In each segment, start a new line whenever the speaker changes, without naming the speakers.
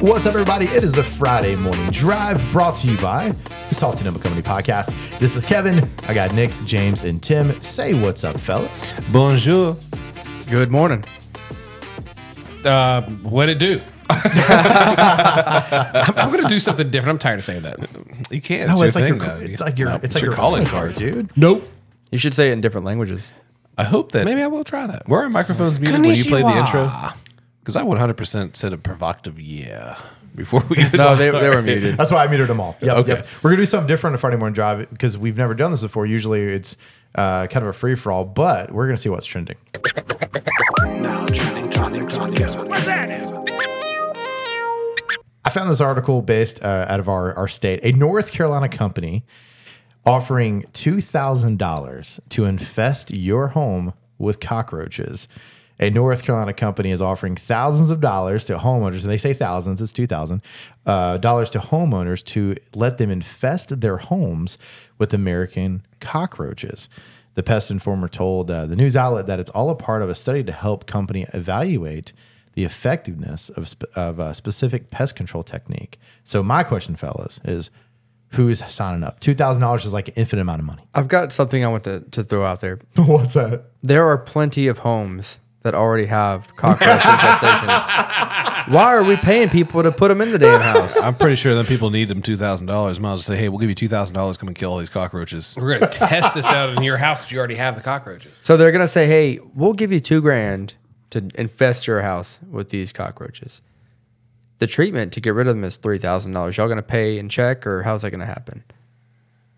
What's up, everybody? It is the Friday Morning Drive brought to you by the Salty Number Company Podcast. This is Kevin. I got Nick, James, and Tim. Say what's up, fellas.
Bonjour.
Good morning.
Uh, what it do? I'm, I'm gonna do something different. I'm tired of saying that.
You can't. No, it's,
like
your
your,
thing,
Oh, it's
though.
like your,
No,
it's like your,
calling
card, dude.
Nope.
You should say it in different languages.
I hope that.
Maybe I will try that.
Were our microphones muted when you played the
Konnichiwa.
intro? Because I 100% said a provocative yeah before we even
No, they, they were
started.
muted.
That's why I muted them all. Yep,
Okay.
yep. We're gonna do something different on Friday morning drive because we've never done this before. Usually it's uh, kind of a free for all, but we're gonna see what's trending. I found this article based uh, out of our, our state. A North Carolina company offering $2,000 to infest your home with cockroaches. A North Carolina company is offering thousands of dollars to homeowners, and they say thousands, it's $2,000 uh, dollars to homeowners to let them infest their homes with American cockroaches. The Pest Informer told uh, the news outlet that it's all a part of a study to help company evaluate the effectiveness of, sp- of a specific pest control technique. So my question, fellas, is who's signing up. Two thousand dollars is like an infinite amount of money.
I've got something I want to, to throw out there.
What's that?
There are plenty of homes that already have cockroach infestations. Why are we paying people to put them in the damn house?
I'm pretty sure them people need them $2,000. Might as well say, hey, we'll give you $2,000. Come and kill all these cockroaches.
We're gonna test this out in your house. if You already have the cockroaches.
So they're gonna say, "Hey, we'll give you two grand to infest your house with these cockroaches." The treatment to get rid of them is three thousand dollars. Y'all gonna pay in check, or how's that gonna happen?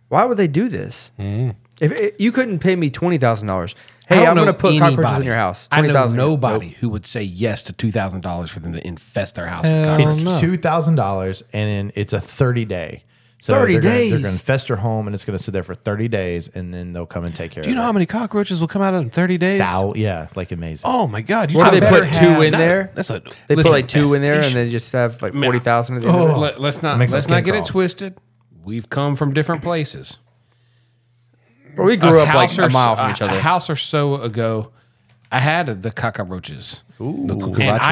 Why would they do this? If it, you couldn't pay me twenty thousand dollars, hey, I'm gonna put cockroaches in your house.
I know
$20,000.
nobody
Nope.
who would say yes to two thousand dollars for them to infest their house with cockroaches.
It's two thousand dollars, and then it's a thirty day. So
30
they're gonna- they're
days.
going to infest your home, and it's going to sit there for thirty days, and then they'll come and take care.
Do you
of
know how
it.
many cockroaches will come out in 30 days?
Thou- yeah, like amazing.
Oh, my God. You
What
talk
do they
about-
put two in
That-
there?
That's a,
They put
listen,
like two in there, and
that's-
they just have like forty thousand. at the end of it.
Let, us not
Makes my
let's
skin
not get
crawl.
it twisted. We've come from different places.
Bro, We grew up like
house or
a mile
s-
from each
A
other.
house or so ago, I had the cockroaches.
the
and I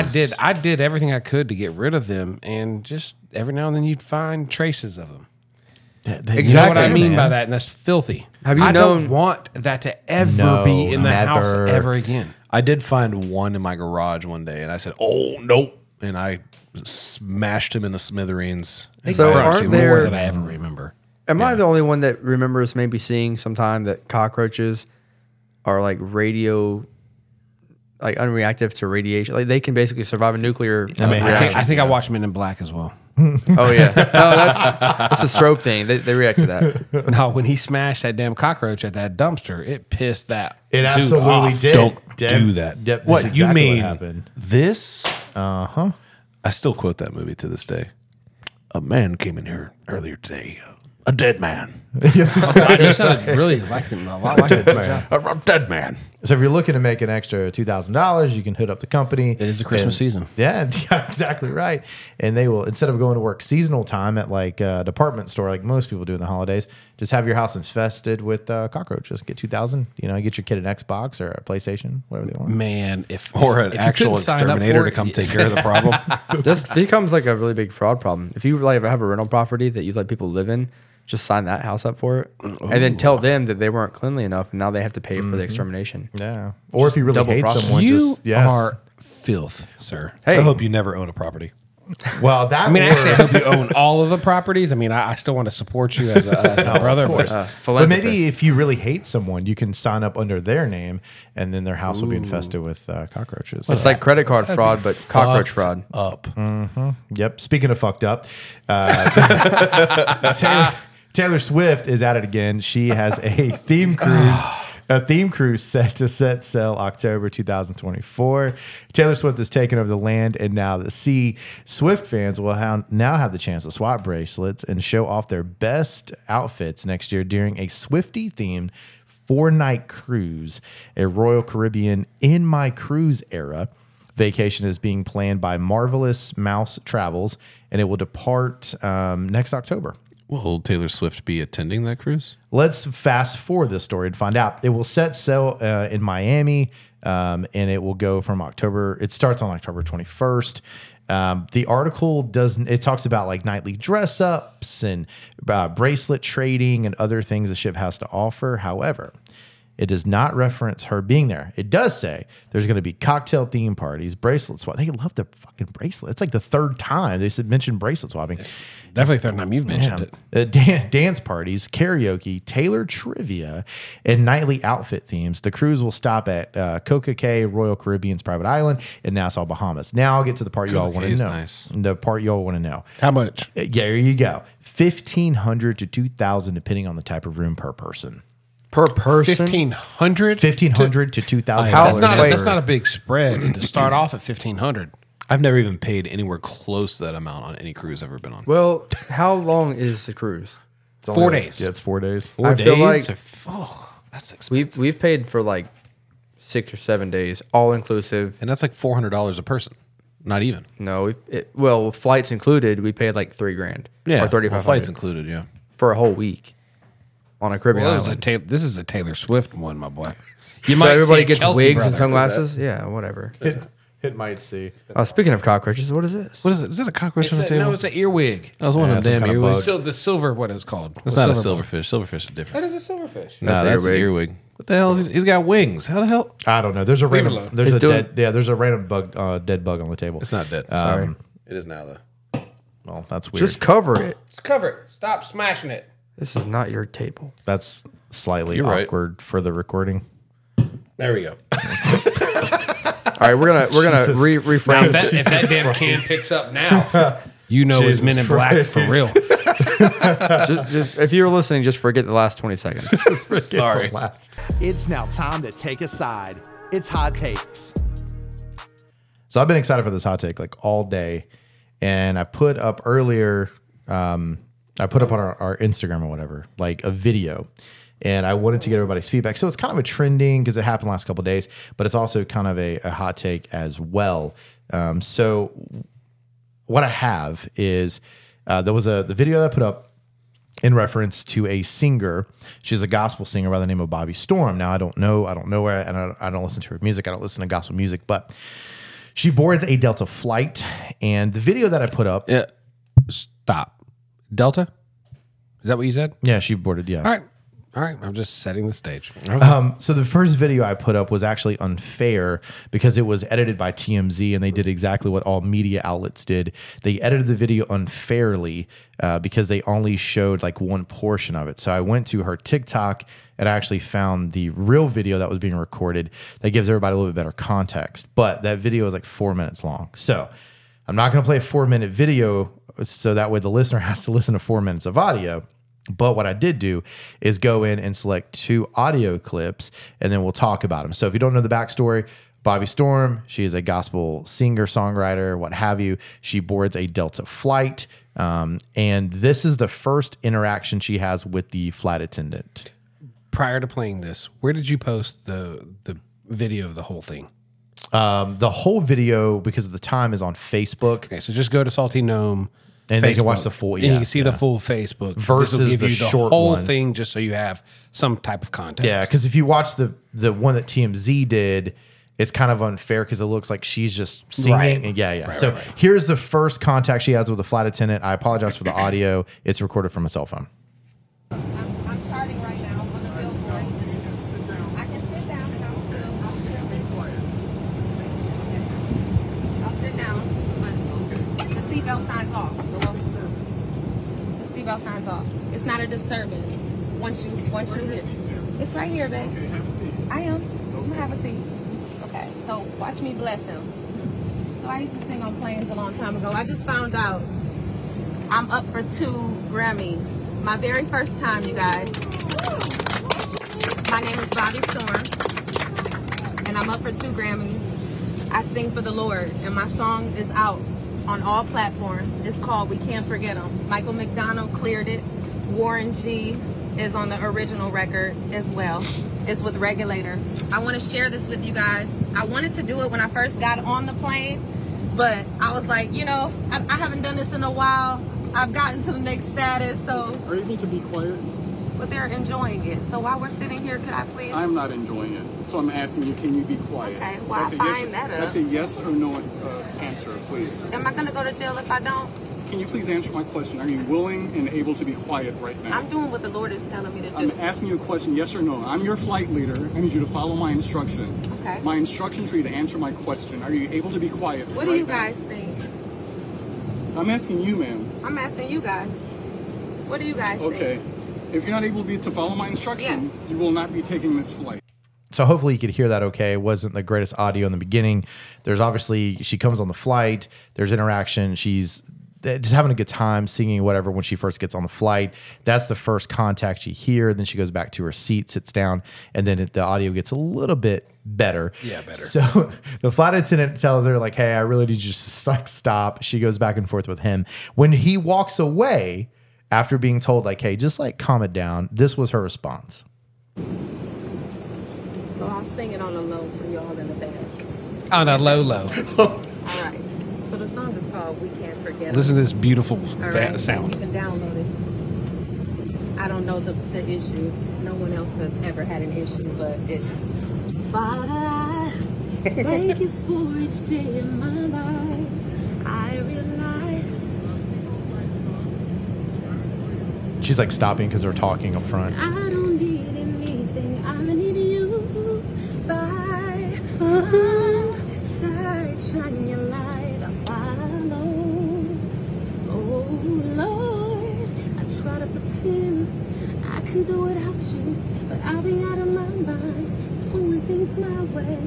cucarachas.
did I did everything I could to get rid of them, and just every now and then you'd find traces of them.
Th- th-
You know what
Exactly,
I mean
man.
by that, and that's filthy.
Have you
I
known-
don't want that to ever
No,
be in the house
never.
ever again.
I did find one in my garage one day, and I said, "Oh nope," and I smashed him in the smithereens. And
So
I haven't
aren't
seen
there-
more
More
than
than I
that.
ever remember.
Am I the only one that remembers maybe seeing sometime that cockroaches are like radio, like unreactive to radiation? Like they can basically survive a nuclear. I
mean,
I think, I think I watched Men in Black as well.
oh yeah, no, that's that's a strobe thing. They, they react to that.
no, when he smashed that damn cockroach at that dumpster, it pissed that.
It
dude ah,
absolutely
off.
did.
Don't
Deb-
do that.
Deb- that's
what
exactly
you
what
mean?
happened. Uh-huh.
this? Uh huh. I still quote that movie to this day. A man came in here earlier today. A dead man.
You sounded really like them a lot. Like them.
A, a dead man.
So if you're looking to make an extra two thousand dollars, you can hit up the company. It
is the Christmas season.
Yeah, yeah, exactly right. And they will instead of going to work seasonal time at like a department store, like most people do in the holidays, just have your house infested with uh, cockroaches. Get two thousand. You know, get your kid an Xbox or a PlayStation, whatever they want.
Man, if
Or
if-
an
if you
actual
couldn't sign up
exterminator
for
to
it,
come take care of the problem.
This becomes like a really big fraud problem. If you like have a rental property that you let people live in, just sign that house up for it, and then tell them that they weren't cleanly enough, and now they have to pay for
Mm-hmm.
the extermination.
Yeah. Or if you really
double
hate
process.
someone,
You
just yes.
are filth, sir.
I
Hey,
hope you never own a property.
Well, that
I mean,
or,
actually, I hope you own all of the properties. I mean, I, I still want to support you as a, as a brother. uh,
Of course.
but
but
philanthropist.
maybe if you really hate someone, you can sign up under their name, and then their house will be infested with uh, cockroaches.
it's like credit card fraud, but
Fucked
cockroach fraud.
Up.
Yep. Speaking of fucked up, uh, Taylor, Taylor Swift is at it again. She has a theme cruise. A theme cruise set to set sail October 2024. Taylor Swift has taken over the land and now the sea. Swift fans will ha- now have the chance to swap bracelets and show off their best outfits next year during a Swifty themed four night cruise, a Royal Caribbean in my cruise era. Vacation is being planned by Marvelous Mouse Travels, and it will depart um, next October.
Will Taylor Swift be attending that cruise?
Let's fast forward this story and find out. It will set sail uh, in Miami, um, and it will go from October. It starts on October 21st. Um, the article doesn't. It talks about like nightly dress ups and uh, bracelet trading and other things the ship has to offer. However, it does not reference her being there. It does say there's going to be cocktail theme parties, bracelet swap. They love the fucking bracelet. It's like the third time they said mentioned bracelet swapping.
Definitely third time you've mentioned it.
Uh, dan- dance parties, karaoke, Taylor trivia, and nightly outfit themes. The cruise will stop at uh, Coca Cay, Royal Caribbean's private island, and Nassau, Bahamas. Now I'll get to the part you all want to
Cay's
know.
nice.
The part you all want to know.
How much?
Uh, Yeah, here you go. Fifteen hundred to two thousand, depending on the type of room per person.
per person.
Fifteen hundred.
Fifteen hundred to two thousand.
That's not a,
Wait.
that's not a big spread and to start off at fifteen hundred.
I've never even paid anywhere close to that amount on any cruise I've ever been on.
Well, how long is the cruise?
Four days.
Yeah, it's four days.
I feel like
So- oh, that's expensive.
we've we've paid for like six or seven days, all inclusive.
and that's like four hundred dollars a person. Not even.
No, we, it, well, flights included, we paid like three grand.
Yeah.
or thirty
well,
five
flights
flights
included. Yeah.
for a whole week on a Caribbean
Well, it was a
island.
ta- this is a Taylor Swift one, my boy. You
so everybody
see
gets
Kelsey
wigs and
brother.
sunglasses. Yeah, whatever.
It might see.
Uh, speaking of cockroaches, what is this?
What is it? Is it a cockroach
It's
on the
a-
table?
no, it's an earwig.
that was one
Yeah,
of
some
them
kind of
earwigs.
bug.
So the silver, what is called?
That's not a silverfish. Silverfish are different.
That is a silverfish.
No, that's an earwig. What the hell? Is he? He's got wings. How the hell?
I don't know. There's a
alone.
random. There's
It's
a
doing-
dead. Yeah, there's a random bug. Uh, dead bug on the table.
It's not dead.
Sorry.
It is now though.
Well, that's weird.
Just cover it.
It's covered. Stop smashing it.
This is not your table.
that's slightly
You're right.
awkward for the recording.
There we go.
All right, we're gonna we're gonna
Jesus.
re-
Now,
reframe
if that, if
this.
that damn can picks up now, you know it's
Jesus
Men in Black for real.
Christ.
just, just, if you were listening, just forget the last twenty seconds.
Sorry.
Last.
It's now time to take a side. It's hot takes.
So I've been excited for this hot take like all day, and I put up earlier. Um, I put up on our, our Instagram or whatever, like a video, and I wanted to get everybody's feedback. So it's kind of a trending because it happened last couple days, but it's also kind of a, a hot take as well. Um, so what I have is uh, there was a the video that I put up in reference to a singer. She's a gospel singer by the name of Bobby Storm. Now I don't know, I don't know where, and I don't, I don't listen to her music. I don't listen to gospel music, but she boards a Delta flight, and the video that I put up, yeah,
Yeah. Stop. Delta? Is that what you said?
she boarded, yeah.
All right. All right. I'm just setting the stage.
Um, so the first video I put up was actually unfair because it was edited by TMZ and they did exactly what all media outlets did. They edited the video unfairly uh, because they only showed like one portion of it. So I went to her TikTok and I actually found the real video that was being recorded that gives everybody a little bit better context. But that video is like four minutes long. So I'm not going to play a four minute video so that way the listener has to listen to four minutes of audio. But what I did do is go in and select two audio clips and then we'll talk about them. So if you don't know the backstory, Bobby Storm, she is a gospel singer, songwriter, what have you. She boards a Delta flight. Um, and this is the first interaction she has with the flight attendant.
Prior to playing this, where did you post the the video of the whole thing?
Um, the whole video, because of the time, is on Facebook.
Okay, so just go to Salty Gnome.
And they can watch the full-
and you
yeah,
can see the full Facebook This will
Versus the short
whole
one.
thing, just so you have some type of context.
Yeah, because if you watch the the one that TMZ did, it's kind of unfair because it looks like she's just singing.
Right.
And yeah, yeah. so here's the first contact she has with the flight attendant. I apologize for the audio; it's recorded from a cell phone.
I'm, I'm charting right now on the billboard. I can sit down and I'll still, I'll still record. I'll sit down, but the seatbelt signs off. The seatbelt signs off. It's not a disturbance. Once you, once you get, it's right here, babe. I am. I'm gonna have a seat. Okay, so watch me bless him. So I used to sing on planes a long time ago. I just found out I'm up for two Grammys. My very first time, you guys. My name is Bobby Storm, and I'm up for two Grammys. I sing for the Lord, and my song is out on all platforms. It's called We Can't Forget Him. Michael McDonald cleared it. Warren G is on the original record as well. It's with regulators. I want to share this with you guys. I wanted to do it when I first got on the plane, but I was like, you know, I, I haven't done this in a while. I've gotten to the next status, so
Are you able to be quiet?
but they're enjoying it. So while we're sitting here, could I please?
I'm not enjoying it, so I'm asking you, can you be quiet?
Okay, well,
that's
I
a yes,
find that up.
That's a yes or no uh, answer, please.
Am I gonna go to jail if I don't?
Can you please answer my question? Are you willing and able to be quiet right now?
I'm doing what the Lord is telling me to do.
I'm asking you a question, yes or no. I'm your flight leader. I need you to follow my instruction.
Okay.
My instructions for you to answer my question. Are you able to be quiet?
what do
right
you
now?
guys think?
I'm asking you, ma'am.
I'm asking you guys. What do you guys
Okay.
think?
If you're not able to be to follow my instruction, you will not be taking this flight.
So hopefully you could hear that okay. It wasn't the greatest audio in the beginning. There's obviously she comes on the flight, there's interaction, she's eh, just having a good time singing whatever when she first gets on the flight. That's the first contact she hear. Then she goes back to her seat, sits down, and then it, the audio gets a little bit better.
Yeah, better.
So the flight attendant tells her like, "Hey, I really need you to just like stop." She goes back and forth with him. When he walks away after being told like, "Hey, just like calm it down." This was her response.
So I'm singing on the low for y'all in the back.
On a low low.
All right. So the song is called "We Can't Forget."
Listen to this beautiful
All
fa-
right, You
sound.
can download it. I don't know the, the issue. No one else has ever had an issue, but it's. Father, I thank you for each day in my life. I realize
She's like stopping because they're talking up front.
I don't need anything. I need you by my side. Shine your light. I follow. Oh Lord, I try to pretend I can do without you, but I'll be out of my mind doing things my way.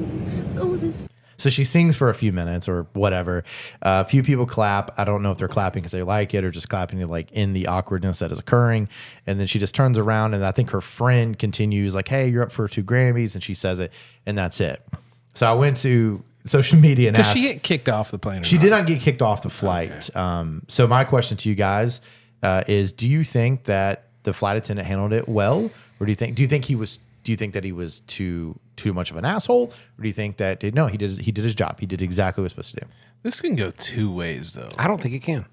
Those are
So she sings for a few minutes or whatever. Uh, a few people clap. I don't know if they're clapping because they like it or just clapping to like in the awkwardness that is occurring. And then she just turns around and I think her friend continues like, "Hey, you're up for two Grammys," and she says it, and that's it. So I went to social media and
Does
asked.
she get kicked off the plane? Or
She
not?
did not get kicked off the flight. Um, so my question to you guys uh, is: Do you think that the flight attendant handled it well, or do you think do you think he was do you think that he was too too much of an asshole, or do you think that no he did he did his job he did exactly what he was supposed to do?
This can go two ways, though.
I don't think it can.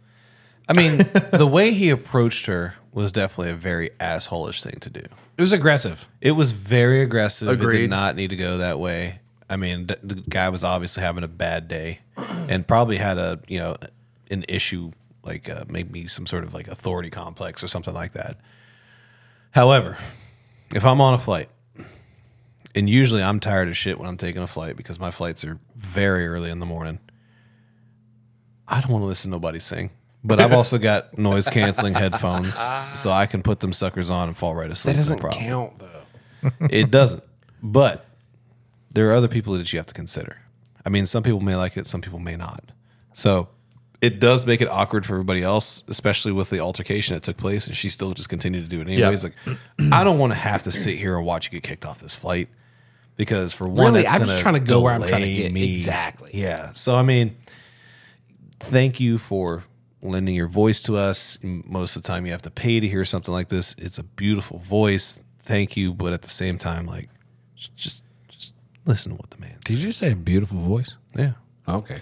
I mean, the way he approached her was definitely a very assholish thing to do.
It was aggressive.
It was very aggressive. It
Agreed.
did not need to go that way. I mean, th- the guy was obviously having a bad day, and probably had a you know an issue like uh, maybe some sort of like authority complex or something like that. However, if I'm on a flight, and usually I'm tired of shit when I'm taking a flight because my flights are very early in the morning. I don't want to listen to nobody sing, but I've also got noise canceling headphones, so I can put them suckers on and fall right asleep.
That
no
doesn't
problem.
count though.
It doesn't. But there are other people that you have to consider. I mean, some people may like it, some people may not. So it does make it awkward for everybody else, especially with the altercation that took place, and she still just continued to do it anyways. Like, I don't want to have to sit here and watch you get kicked off this flight because for one,
Really,
it's
I'm just
gonna
trying to go where I'm trying to
delay
get.
me.
Exactly.
Yeah. So I mean, thank you for lending your voice to us. Most of the time, you have to pay to hear something like this. It's a beautiful voice. Thank you, but at the same time, like, just just listen to what the man.
Did you say a beautiful voice?
Yeah.
Okay.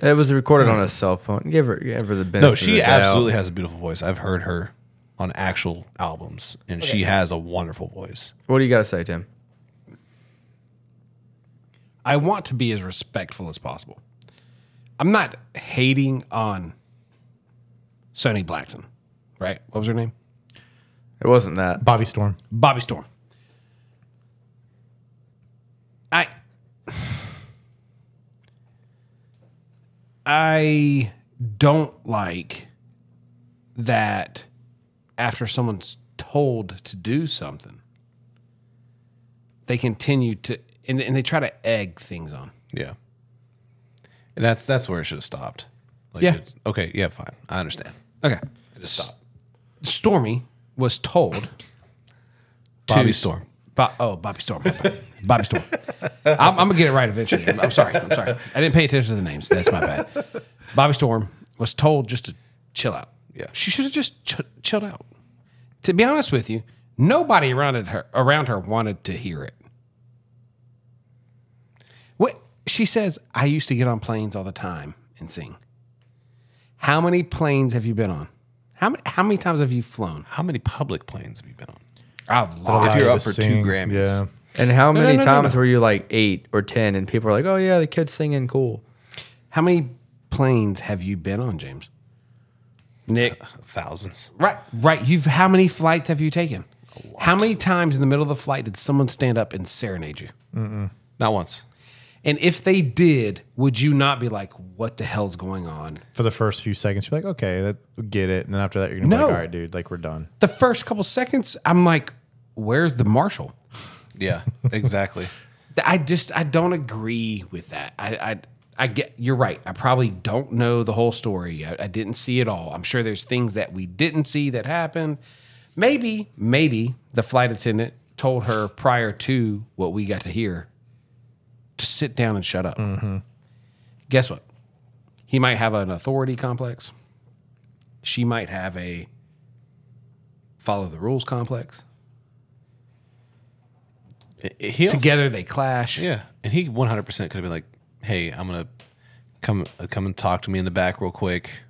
It was recorded on a cell phone. Give her, give her the benefit.
No,
of the
she
doubt.
absolutely has a beautiful voice. I've heard her on actual albums, and she has a wonderful voice.
What do you got to say, Tim?
I want to be as respectful as possible. I'm not hating on Sony Blackson, right? What was her name?
It wasn't that.
Bobby Storm.
Bobby Storm. I I don't like that after someone's told to do something, they continue to and, and they try to egg things on.
Yeah. And that's that's where it should have stopped. Like,
Yeah.
it's- Okay. Yeah. Fine. I understand.
Okay.
Just stop.
Stormy was told
Bobby
to-
Storm.
Bo- oh, Bobby Storm. My bad. Bobby Storm. I'm, I'm gonna get it right eventually. I'm, I'm sorry. I'm sorry. I didn't pay attention to the names. That's my bad. Bobby Storm was told just to chill out.
Yeah.
she should have just ch- chilled out. To be honest with you, nobody around it- her around her wanted to hear it. What she says, I used to get on planes all the time and sing. How many planes have you been on? How many, how many times have you flown?
How many public planes have you been on?
I
If
lied.
you're
I
up
was
for two
seeing-
Grammys.
Yeah.
And how
No, no,
many
no, no,
times were you like eight or ten, and people were like, "Oh yeah, the kid's singing, cool."
How many planes have you been on, James? Nick,
Thousands.
right, right. You've how many flights have you taken? How many times in the middle of the flight did someone stand up and serenade you?
Not once.
And if they did, would you not be like, "What the hell's going on?"
For the first few seconds, you're like, okay, that, get it. And then after that, you're going to be
No.
like, all right, dude, like we're done.
The first couple seconds, I'm like, "Where's the marshal?"
Yeah, exactly.
Th- I just I don't agree with that. I I, I get you're right. I probably don't know the whole story. I, I didn't see it all. I'm sure there's things that we didn't see that happened. Maybe maybe the flight attendant told her prior to what we got to hear to sit down and shut up.
Mm-hmm.
Guess what? He might have an authority complex. She might have a follow the rules complex.
He also-
Together they clash.
Yeah, and he 100 percent could have been like, "Hey, I'm gonna come uh, come and talk to me in the back real quick.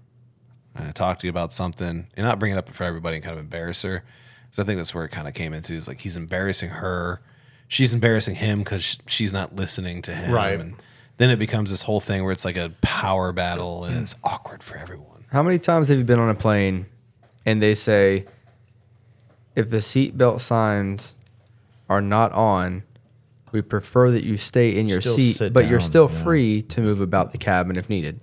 Uh, talk to you about something, and not bring it up for everybody and kind of embarrass her." So I think that's where it kind of came into is like he's embarrassing her, she's embarrassing him because she's not listening to him,
Right.
And then it becomes this whole thing where it's like a power battle and it's awkward for everyone.
How many times have you been on a plane, and they say, "If the seatbelt signs are not on, we prefer that you stay in your
Still
seat,
sit
but you're
down,
still
yeah.
free to move about the cabin if needed."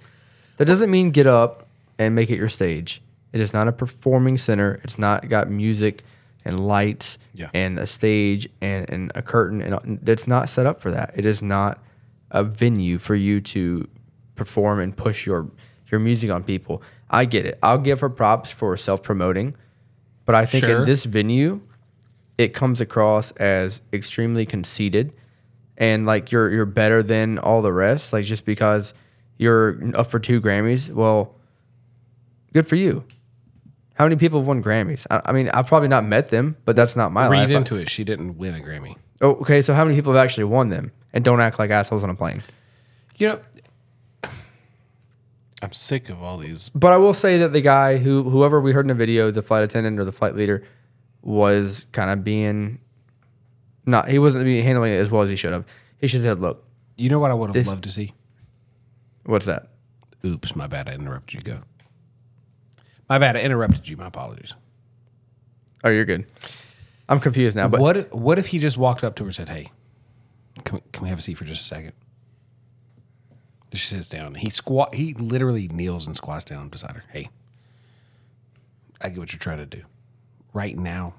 That doesn't mean get up and make it your stage. It is not a performing center. It's not got music and lights
Yeah.
and a stage and, and a curtain and it's not set up for that. It is not a venue for you to perform and push your your music on people. I get it. I'll give her props for self promoting, but I think
Sure.
in this venue, it comes across as extremely conceited and like you're you're better than all the rest like just because you're up for two grammys well good for you how many people have won grammys i, I mean i've probably not met them but that's not my
Read
life
into it. She didn't win a Grammy.
oh, okay so how many people have actually won them and don't act like assholes on a plane
You know,
I'm sick of all these.
but i will say that the guy who whoever we heard in the video the flight attendant or the flight leader was kind of being not he wasn't being handling it as well as he should have he should have said look
you know what I would have
This-
loved to see?
what's that
Oops, my bad. I interrupted you. Go. My bad. I interrupted you. My apologies.
oh you're good i'm confused now but
what if- What if he just walked up to her and said, "Hey, can we, can we have a seat for just a second? She sits down. He squat. He literally kneels and squats down beside her. Hey, I get what you're trying to do. Right now,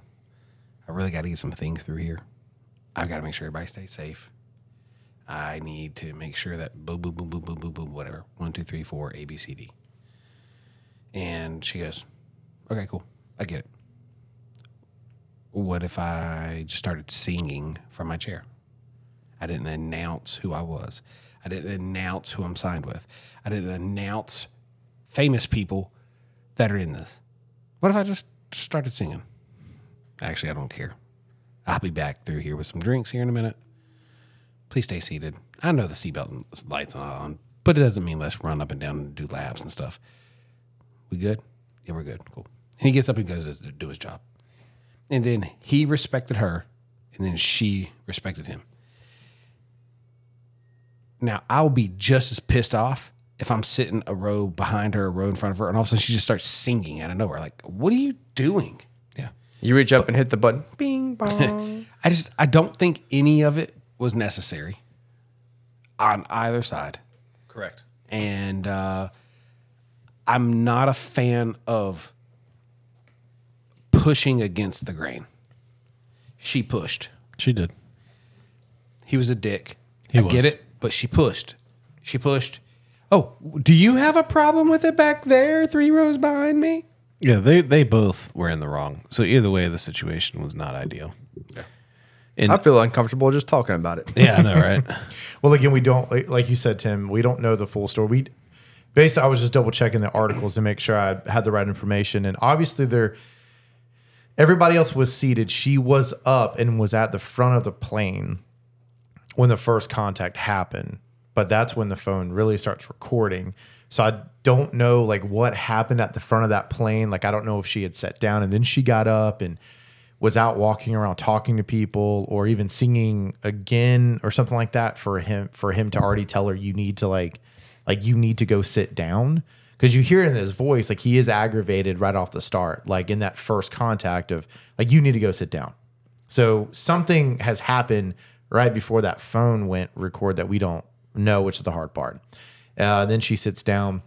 I really got to get some things through here. I've got to make sure everybody stays safe. I need to make sure that boom, boom, boom, boom, boom, boom, boom, whatever. One, two, three, four, A, B, C, D. And she goes, okay, cool. I get it. What if I just started singing from my chair? I didn't announce who I was. I didn't announce who I'm signed with. I didn't announce famous people that are in this. What if I just started singing? Actually, I don't care. I'll be back through here with some drinks here in a minute. Please stay seated. I know the seatbelt lights are on, but it doesn't mean let's run up and down and do laps and stuff. We good? Yeah, we're good. Cool. And he gets up and goes to do his job. And then he respected her, and then she respected him. Now I'll be just as pissed off if I'm sitting a row behind her, a row in front of her, and all of a sudden she just starts singing out of nowhere. Like, what are you doing?
Yeah,
You reach up and hit the button. Bing bong.
I just I don't think any of it was necessary on either side.
correct.
and uh, I'm not a fan of pushing against the grain. She pushed.
She did.
He was a dick.
He
I
was.
get it, but she pushed. She pushed. Oh, do you have a problem with it back there, three rows behind me?
Yeah, they they both were in the wrong. So either way, the situation was not ideal.
I feel uncomfortable just talking about it.
Yeah, I know, right?
Well, again, we don't like, like you said, Tim. We don't know the full story. We based. I was just double checking the articles to make sure I had the right information, and obviously there. Everybody else was seated. She was up and was at the front of the plane when the first contact happened, but that's when the phone really starts recording. So I don't know like what happened at the front of that plane. Like I don't know if she had sat down and then she got up and was out walking around talking to people or even singing again or something like that for him for him to already tell her you need to like like you need to go sit down because you hear it in his voice like he is aggravated right off the start like in that first contact of like you need to go sit down so something has happened right before that phone went record that we don't know, which is the hard part. Uh, then she sits down,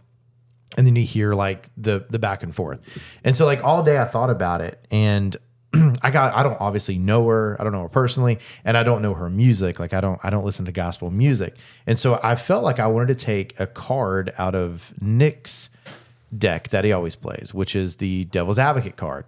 and then you hear like the the back and forth. And so like all day I thought about it, and I got I don't obviously know her, I don't know her personally, and I don't know her music. Like I don't I don't listen to gospel music, and so I felt like I wanted to take a card out of Nick's deck that he always plays, which is the Devil's Advocate card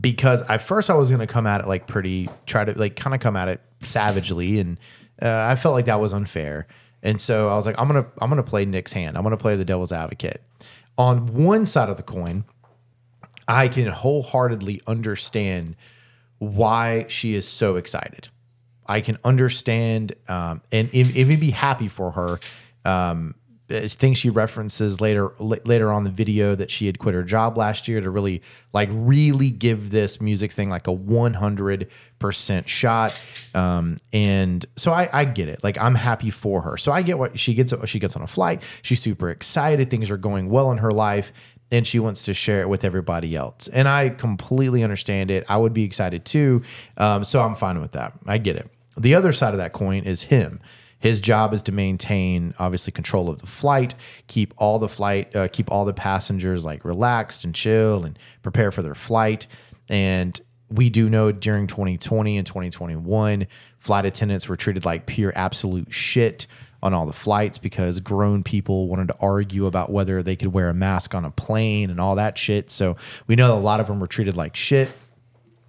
because at first I was going to come at it like pretty, try to like kind of come at it savagely, and uh, I felt like that was unfair. And so I was like, I'm gonna I'm gonna play Nick's hand. I'm gonna play the devil's advocate. On one side of the coin, I can wholeheartedly understand why she is so excited. I can understand um, and it, it made me happy for her. Um, I think she references later la- later on the video that she had quit her job last year to really like really give this music thing like a 100% shot um, and so I, I get it like i'm happy for her so i get what she gets she gets on a flight she's super excited things are going well in her life and she wants to share it with everybody else. And I completely understand it. I would be excited too. Um, so I'm fine with that. I get it. The other side of that coin is him. His job is to maintain, obviously, control of the flight, keep all the flight, uh, keep all the passengers like relaxed and chill, and prepare for their flight. And we do know during 2020 and 2021, flight attendants were treated like pure absolute shit on all the flights because grown people wanted to argue about whether they could wear a mask on a plane and all that shit. So we know a lot of them were treated like shit.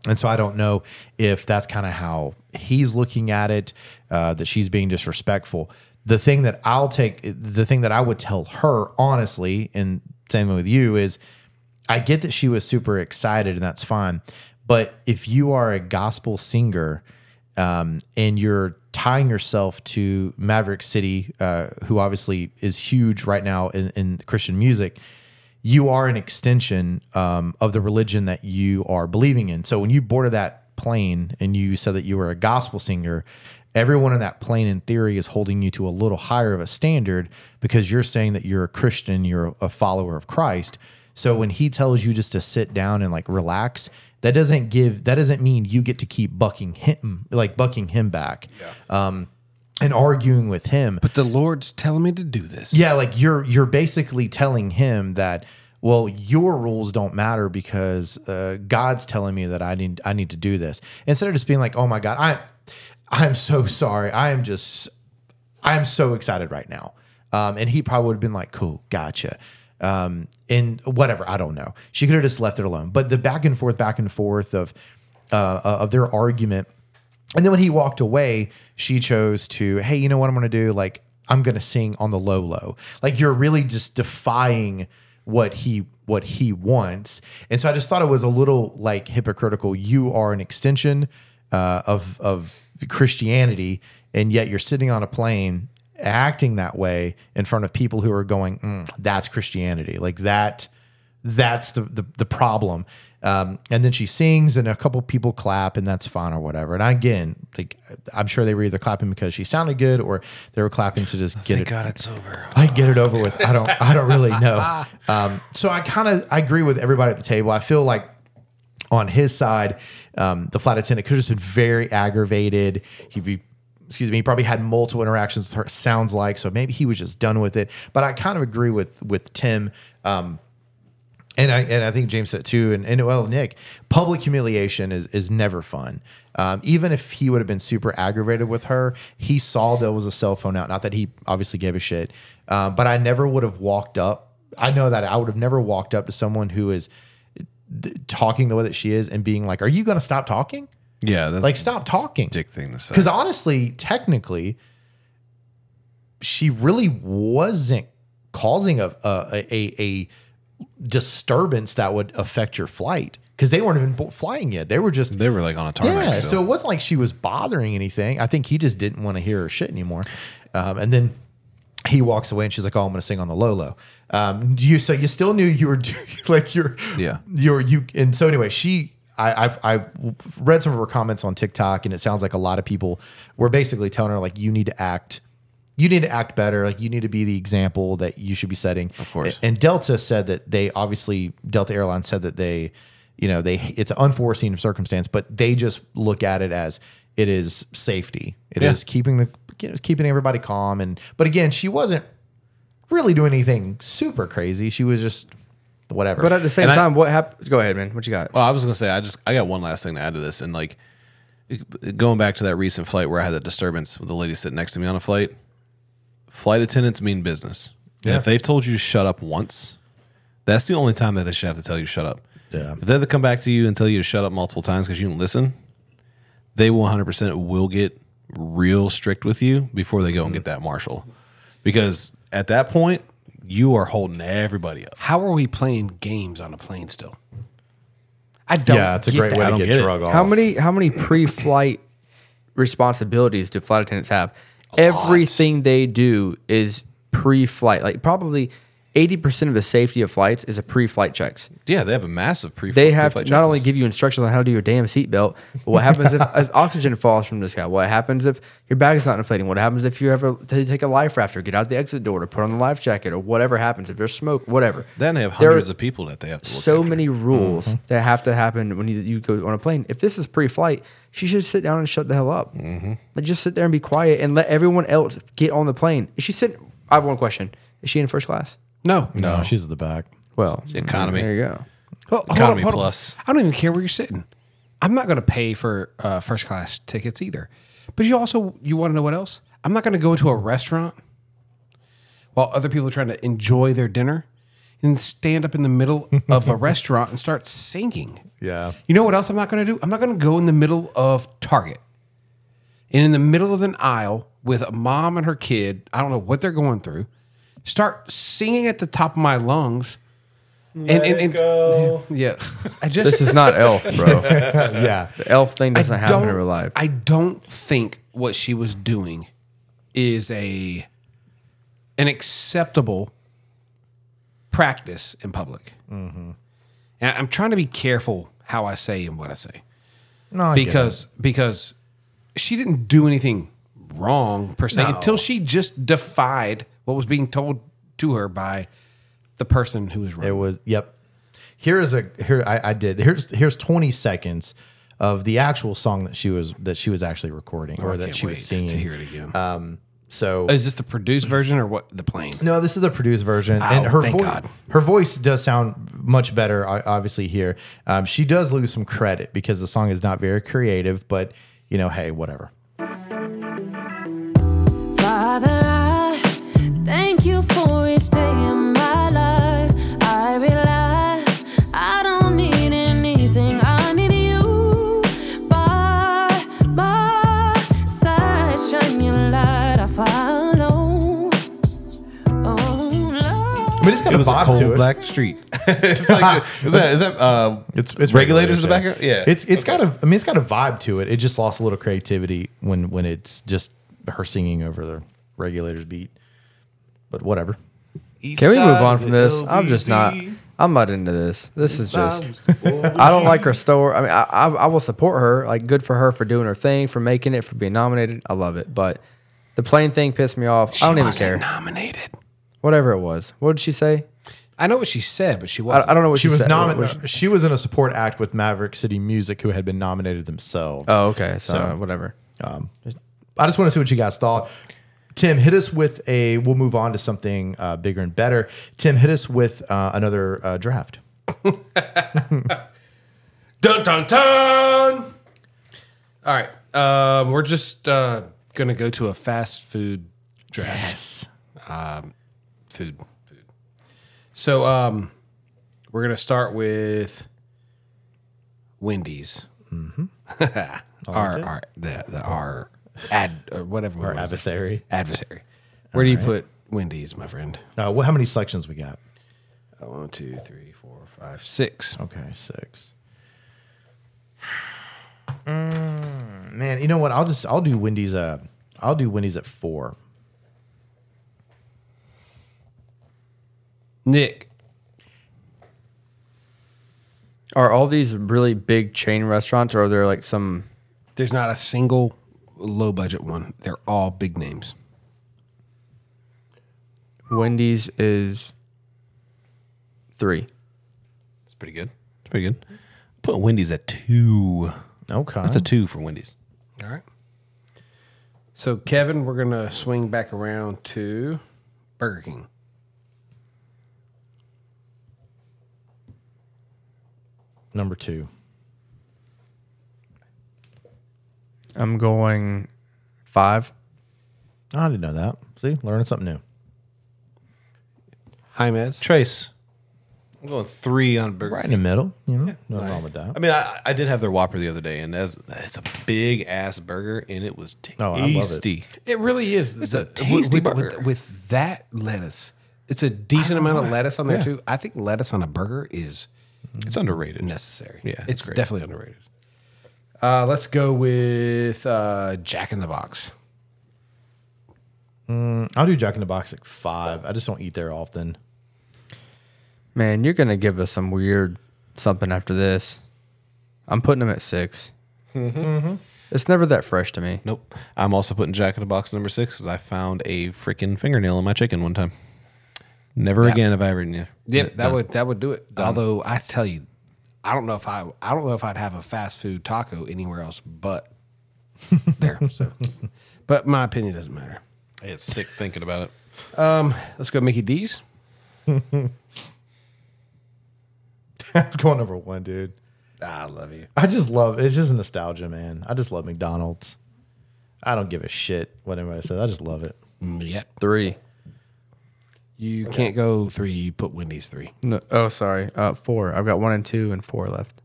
And so I don't know if that's kind of how he's looking at it, uh, that she's being disrespectful. The thing that I'll take, the thing that I would tell her honestly, and same with you, is I get that she was super excited and that's fine. But if you are a gospel singer um, and you're tying yourself to Maverick City, uh, who obviously is huge right now in, in Christian music, you are an extension um, of the religion that you are believing in. So when you boarded that plane and you said that you were a gospel singer, everyone in that plane, in theory, is holding you to a little higher of a standard because you're saying that you're a Christian, you're a follower of Christ. So when he tells you just to sit down and like relax, that doesn't give that doesn't mean you get to keep bucking him like bucking him back, um, and arguing with him.
But the Lord's telling me to do this.
Yeah, like you're you're basically telling him that well, your rules don't matter because uh, God's telling me that I need I need to do this instead of just being like, oh my God, I I'm so sorry, I am just I'm so excited right now. Um, and he probably would have been like, cool, gotcha. Um, and whatever, I don't know. She could have just left it alone. But the back and forth, back and forth of uh, of their argument. And then when he walked away, she chose to, hey, you know what I'm going to do? Like, I'm going to sing on the low low. Like you're really just defying what he what he wants. And so I just thought it was a little like hypocritical. You are an extension uh, of of Christianity, and yet you're sitting on a plane acting that way in front of people who are going, mm, that's Christianity. Like that that's the the, the problem. Um, and then she sings, and a couple people clap, and that's fine or whatever. And again, like I'm sure they were either clapping because she sounded good, or they were clapping to just get
Thank
it.
God it's over.
I get it over with. I don't. I don't really know. Um, so I kind of I agree with everybody at the table. I feel like on his side, um, the flight attendant could have just been very aggravated. He'd be, excuse me, he probably had multiple interactions with her. It sounds like so maybe he was just done with it. But I kind of agree with with Tim. Um, and I and I think James said it too, and, and well, Nick, public humiliation is is never fun. Um, even if he would have been super aggravated with her, he saw there was a cell phone out. Not that he obviously gave a shit, um, but I never would have walked up. I know that I would have never walked up to someone who is th- talking the way that she is and being like, "Are you going to stop talking?
Yeah, that's
Like, stop talking."
dick thing to say.
Because honestly, technically, she really wasn't causing a a a, a disturbance that would affect your flight because they weren't even bo- flying yet. They were just
They were like on a tarmac.
yeah.
still.
So it wasn't like she was bothering anything. I think he just didn't want to hear her shit anymore. Um, and then he walks away, and she's like, "Oh, I'm going to sing on the low low." Um, you so you still knew you were doing like you're
Yeah.
you're you and so anyway she. I, I've, i read some of her comments on TikTok, and it sounds like a lot of people were basically telling her like, you need to act, you need to act better, like you need to be the example that you should be setting. Of
course.
And Delta said that they obviously Delta Airlines said that they, you know, they it's an unforeseen circumstance, but they just look at it as it is safety. It is
Yeah.
keeping the you know, it's keeping everybody calm. And but again, she wasn't really doing anything super crazy. She was just whatever.
But at the same
And I-
time, what happened? Go ahead, man. What you got?
Well, I was gonna say I just I got one last thing to add to this, and like going back to that recent flight where I had that disturbance with the lady sitting next to me on a flight. Flight attendants mean business, and if they've told you to shut up once, that's the only time that they should have to tell you to shut up.
Yeah.
If they have to come back to you and tell you to shut up multiple times because you didn't listen, they 100% will get real strict with you before they go and get that marshal, because at that point you are holding everybody up.
How are we playing games on a plane still? I don't.
yeah, it's a
get
great
that.
way
I
to
don't
get,
get it.
drug off.
How many how many pre-flight responsibilities do flight attendants have? Everything they do is pre-flight. Like probably 80% of the safety of flights is a pre-flight checks.
Yeah, they have a massive pre.
They have to
pre-flight
not only
checklist.
give you instructions on how to do your damn seatbelt, but what happens if if oxygen falls from the sky? What happens if your bag is not inflating? What happens if you ever t- take a life rafter, get out the exit door, to put on the life jacket, or whatever happens? If there's smoke, whatever.
Then they have
There-
hundreds of people that they have to look
so
after.
many rules that have to happen when you, you go on a plane. If this is pre-flight, she should sit down and shut the hell up. Like just sit there and be quiet and let everyone else get on the plane. Is she sitting? I have one question. Is she in first class?
No.
No, she's at the back.
Well,
economy.
There you go.
Well, hold
Economy
on, hold on.
plus.
I don't even care where you're sitting. I'm not going to pay for uh, first class tickets either. But you also you want to know what else? I'm not going to go to a restaurant while other people are trying to enjoy their dinner and stand up in the middle of a restaurant and start singing.
Yeah.
You know what else I'm not going to do? I'm not going to go in the middle of Target and in the middle of an aisle with a mom and her kid. I don't know what they're going through. Start singing at the top of my lungs. and, and, and go. Yeah, I just
This is not Elf, bro.
Yeah.
The Elf thing doesn't
I
happen in
don't-
real life.
I don't think what she was doing is a an acceptable practice in public.
Mm-hmm.
And I'm trying to be careful how I say and what I say
No, I get it.
because because she didn't do anything wrong per se until she just defied what was being told to her by the person who was
It
running.
was yep. Here is a here I, I did here's here's twenty seconds of the actual song that she was that she was actually recording or
I
that
can't
she was
wait
singing.
to hear it again.
Uh,
So
is this the produced version or what? The plane?
no, this is the produced version, and
Oh,
her
thank
voice
God.
her voice does sound much better. o- Obviously, here um, she does lose some credit because the song is not very creative, but you know, hey, whatever.
Father, I thank you for each day in my life. I realize I don't need anything. I need you by my side. Shine your light, I follow. Oh, Lord.
I mean, it's got
It was
a
a
bob
cold
to it.
black street. it's like, is that is that uh,
It's it's
regulators in the
regulators,
background? Yeah,
It's it's got a I mean it's got a vibe to it. It just lost a little creativity when when it's just her singing over the regulators beat. But whatever.
Can we move on from this? I'm just not. I'm not into this. This is just. I don't like her story. I mean, I, I I will support her. Like, good for her for doing her thing, for making it, for being nominated. I love it. But the plane thing pissed me off. I don't even
wasn't
care.
Nominated.
Whatever it was. What did she say?
I know what she said, but she
I,
wasn't.
I don't know what
She
she,
was
said. What- what
nominated. She was in a support act with Maverick City Music, who had been nominated themselves.
Oh, okay. So,
So-
whatever.
I just want to see what you guys thought. Tim, hit us with a. We'll move on to something uh, bigger and better. Tim, hit us with uh, another uh, draft.
Dun dun dun. All right, um, we're just uh, gonna go to a fast food draft. Yes. Um, food, food. So um, we're gonna start with Wendy's. Mm-hmm. our our the, the our ad or whatever our
adversary.
adversary. Where do you put Wendy's, my friend?
Uh, well, how many selections we got?
One, two, three, four, five, six.
Okay, six. Mm, man, you know what? I'll just I'll do Wendy's. Uh, I'll do Wendy's at four.
Nick,
Are all these really big chain restaurants, or are there like some?
There's not a single low budget one. They're all big names.
Wendy's is three.
It's pretty good. It's pretty good. Put Wendy's at two.
Okay.
That's a two for Wendy's.
All right. So Kevin, we're gonna swing back around to Burger King.
Number two.
I'm going five.
I didn't know that. See, learning something new.
Jaime's.
Trace. I'm going three on Burger
Right
King.
in the middle. You know, nothing wrong with
I
that.
mean, I, I did have their Whopper the other day, and that's it's a big ass burger, and it was tasty.
Oh, I love it.
It really is.
It's
The-
a tasty
with,
burger.
With, with that lettuce. It's a decent amount of lettuce on there too. I think lettuce on a burger is
It's underrated.
necessary.
Yeah,
it's
it's great.
definitely underrated. Uh, let's go with uh, Jack in the Box.
I'll do Jack in the Box at five. I just don't eat there often.
Man, you're gonna give us some weird something after this. I'm putting them at 6 Mm-hmm. It's never that fresh to me.
Nope. I'm also putting Jack in the Box number six because I found a freaking fingernail in my chicken one time. Never again have I ever. Yeah,
Yep, that would that would do it. Although I tell you, I don't know if I I don't know if I'd have a fast food taco anywhere else but there. So, but my opinion doesn't matter.
It's sick thinking about it.
Let's go Mickey D's.
I'm going number one, dude.
Ah, I love you.
I just love it's just nostalgia, man. I just love McDonald's. I don't give a shit what anybody says. I just love it.
Mm, Yep.
Three.
You can't go three. You put Wendy's three.
No, oh, sorry. Uh, four. I've got one and two and four left.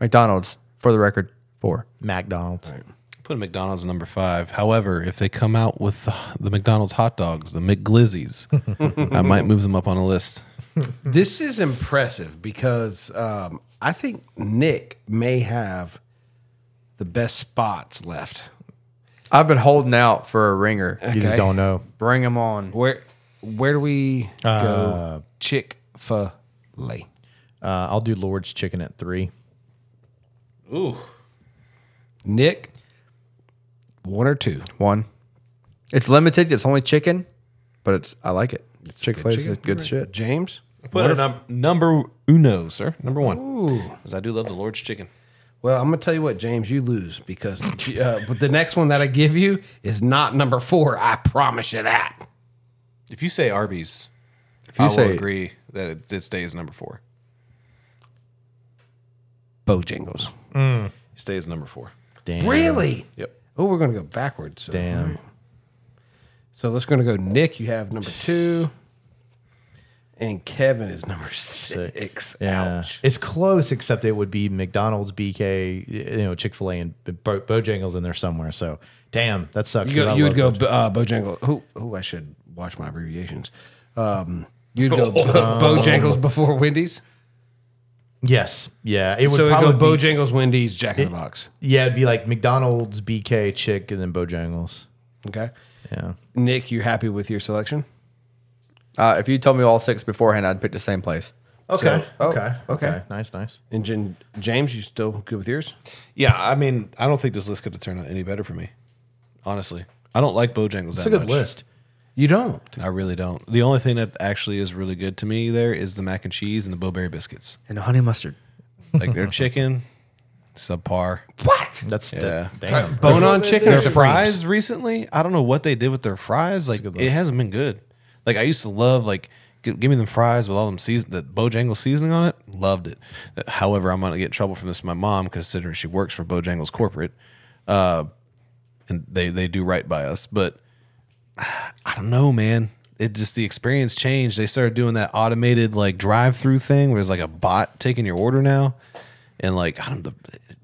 McDonald's, for the record, four.
McDonald's.
Put McDonald's at number five. However, if they come out with the, the McDonald's hot dogs, the McGlizzies, I might move them up on a list.
Mm-hmm. This is impressive because um, I think Nick may have the best spots left.
I've been holding out for a ringer.
You just
Okay.
don't know.
Bring them on.
Where where do we go? Chick fil A.
Uh, I'll do Lord's Chicken at three.
Nick, one or two.
One. It's limited. It's only chicken, but it's I like it. Chick Fil A is
Chicken.
good shit.
James,
Put it up number uno, sir. Number one. Because I do love the Lord's chicken.
Well, I'm gonna tell you what, James, you lose because uh, but the next one that I give you is not number four. I promise you that.
If you say Arby's,
you
I
say-
will agree that it, it stays number four.
Bojangles.
It stays number four.
Damn.
Really?
Yep.
Oh, we're gonna go backwards. So.
Damn.
So let's gonna go. Nick, you have number two, and Kevin is number six.
Yeah.
Ouch.
It's close, except it would be McDonald's, BK, you know, Chick fil A, and Bo- Bojangles in there somewhere. So, damn, that sucks.
You,
'cause
go,
I
you would
love
go
Bojangles.
uh, Bojangles. Who? Who? I should watch my abbreviations. Um, you'd go Bo- Bojangles before Wendy's.
Yes. Yeah. It would
So
probably
it'd go
be-
Bojangles, Wendy's, Jack in the Box.
Yeah, it'd be like McDonald's, BK, Chick, and then Bojangles.
Okay.
Yeah.
Nick, you happy with your selection?
Uh, if you told me all six beforehand, I'd pick the same place.
Okay.
oh,
okay.
okay.
Nice, nice.
And Jen, James, you still good with yours?
Yeah, I mean, I don't think this list could have turned out any better for me. Honestly, I don't like Bojangles.
It's
that
a good
much.
list.
You don't.
I really don't. The only thing that actually is really good to me there is the mac and cheese and the Bowberry biscuits.
And honey mustard.
Like their chicken, subpar.
What?
That's
Yeah.
yeah. damn.
Bone on chicken.
Their
or Supremes?
fries recently, I don't know what they did with their fries. Like it hasn't been good. Like I used to love like g- give me them fries with all them season the Bojangles seasoning on it. Loved it. However, I'm gonna get in trouble from this. My mom, considering she works for Bojangles corporate, uh, and they they do right by us. But I don't know, man. It just the experience changed. They started doing that automated like drive through thing where there's like a bot taking your order now, and like I don't. The,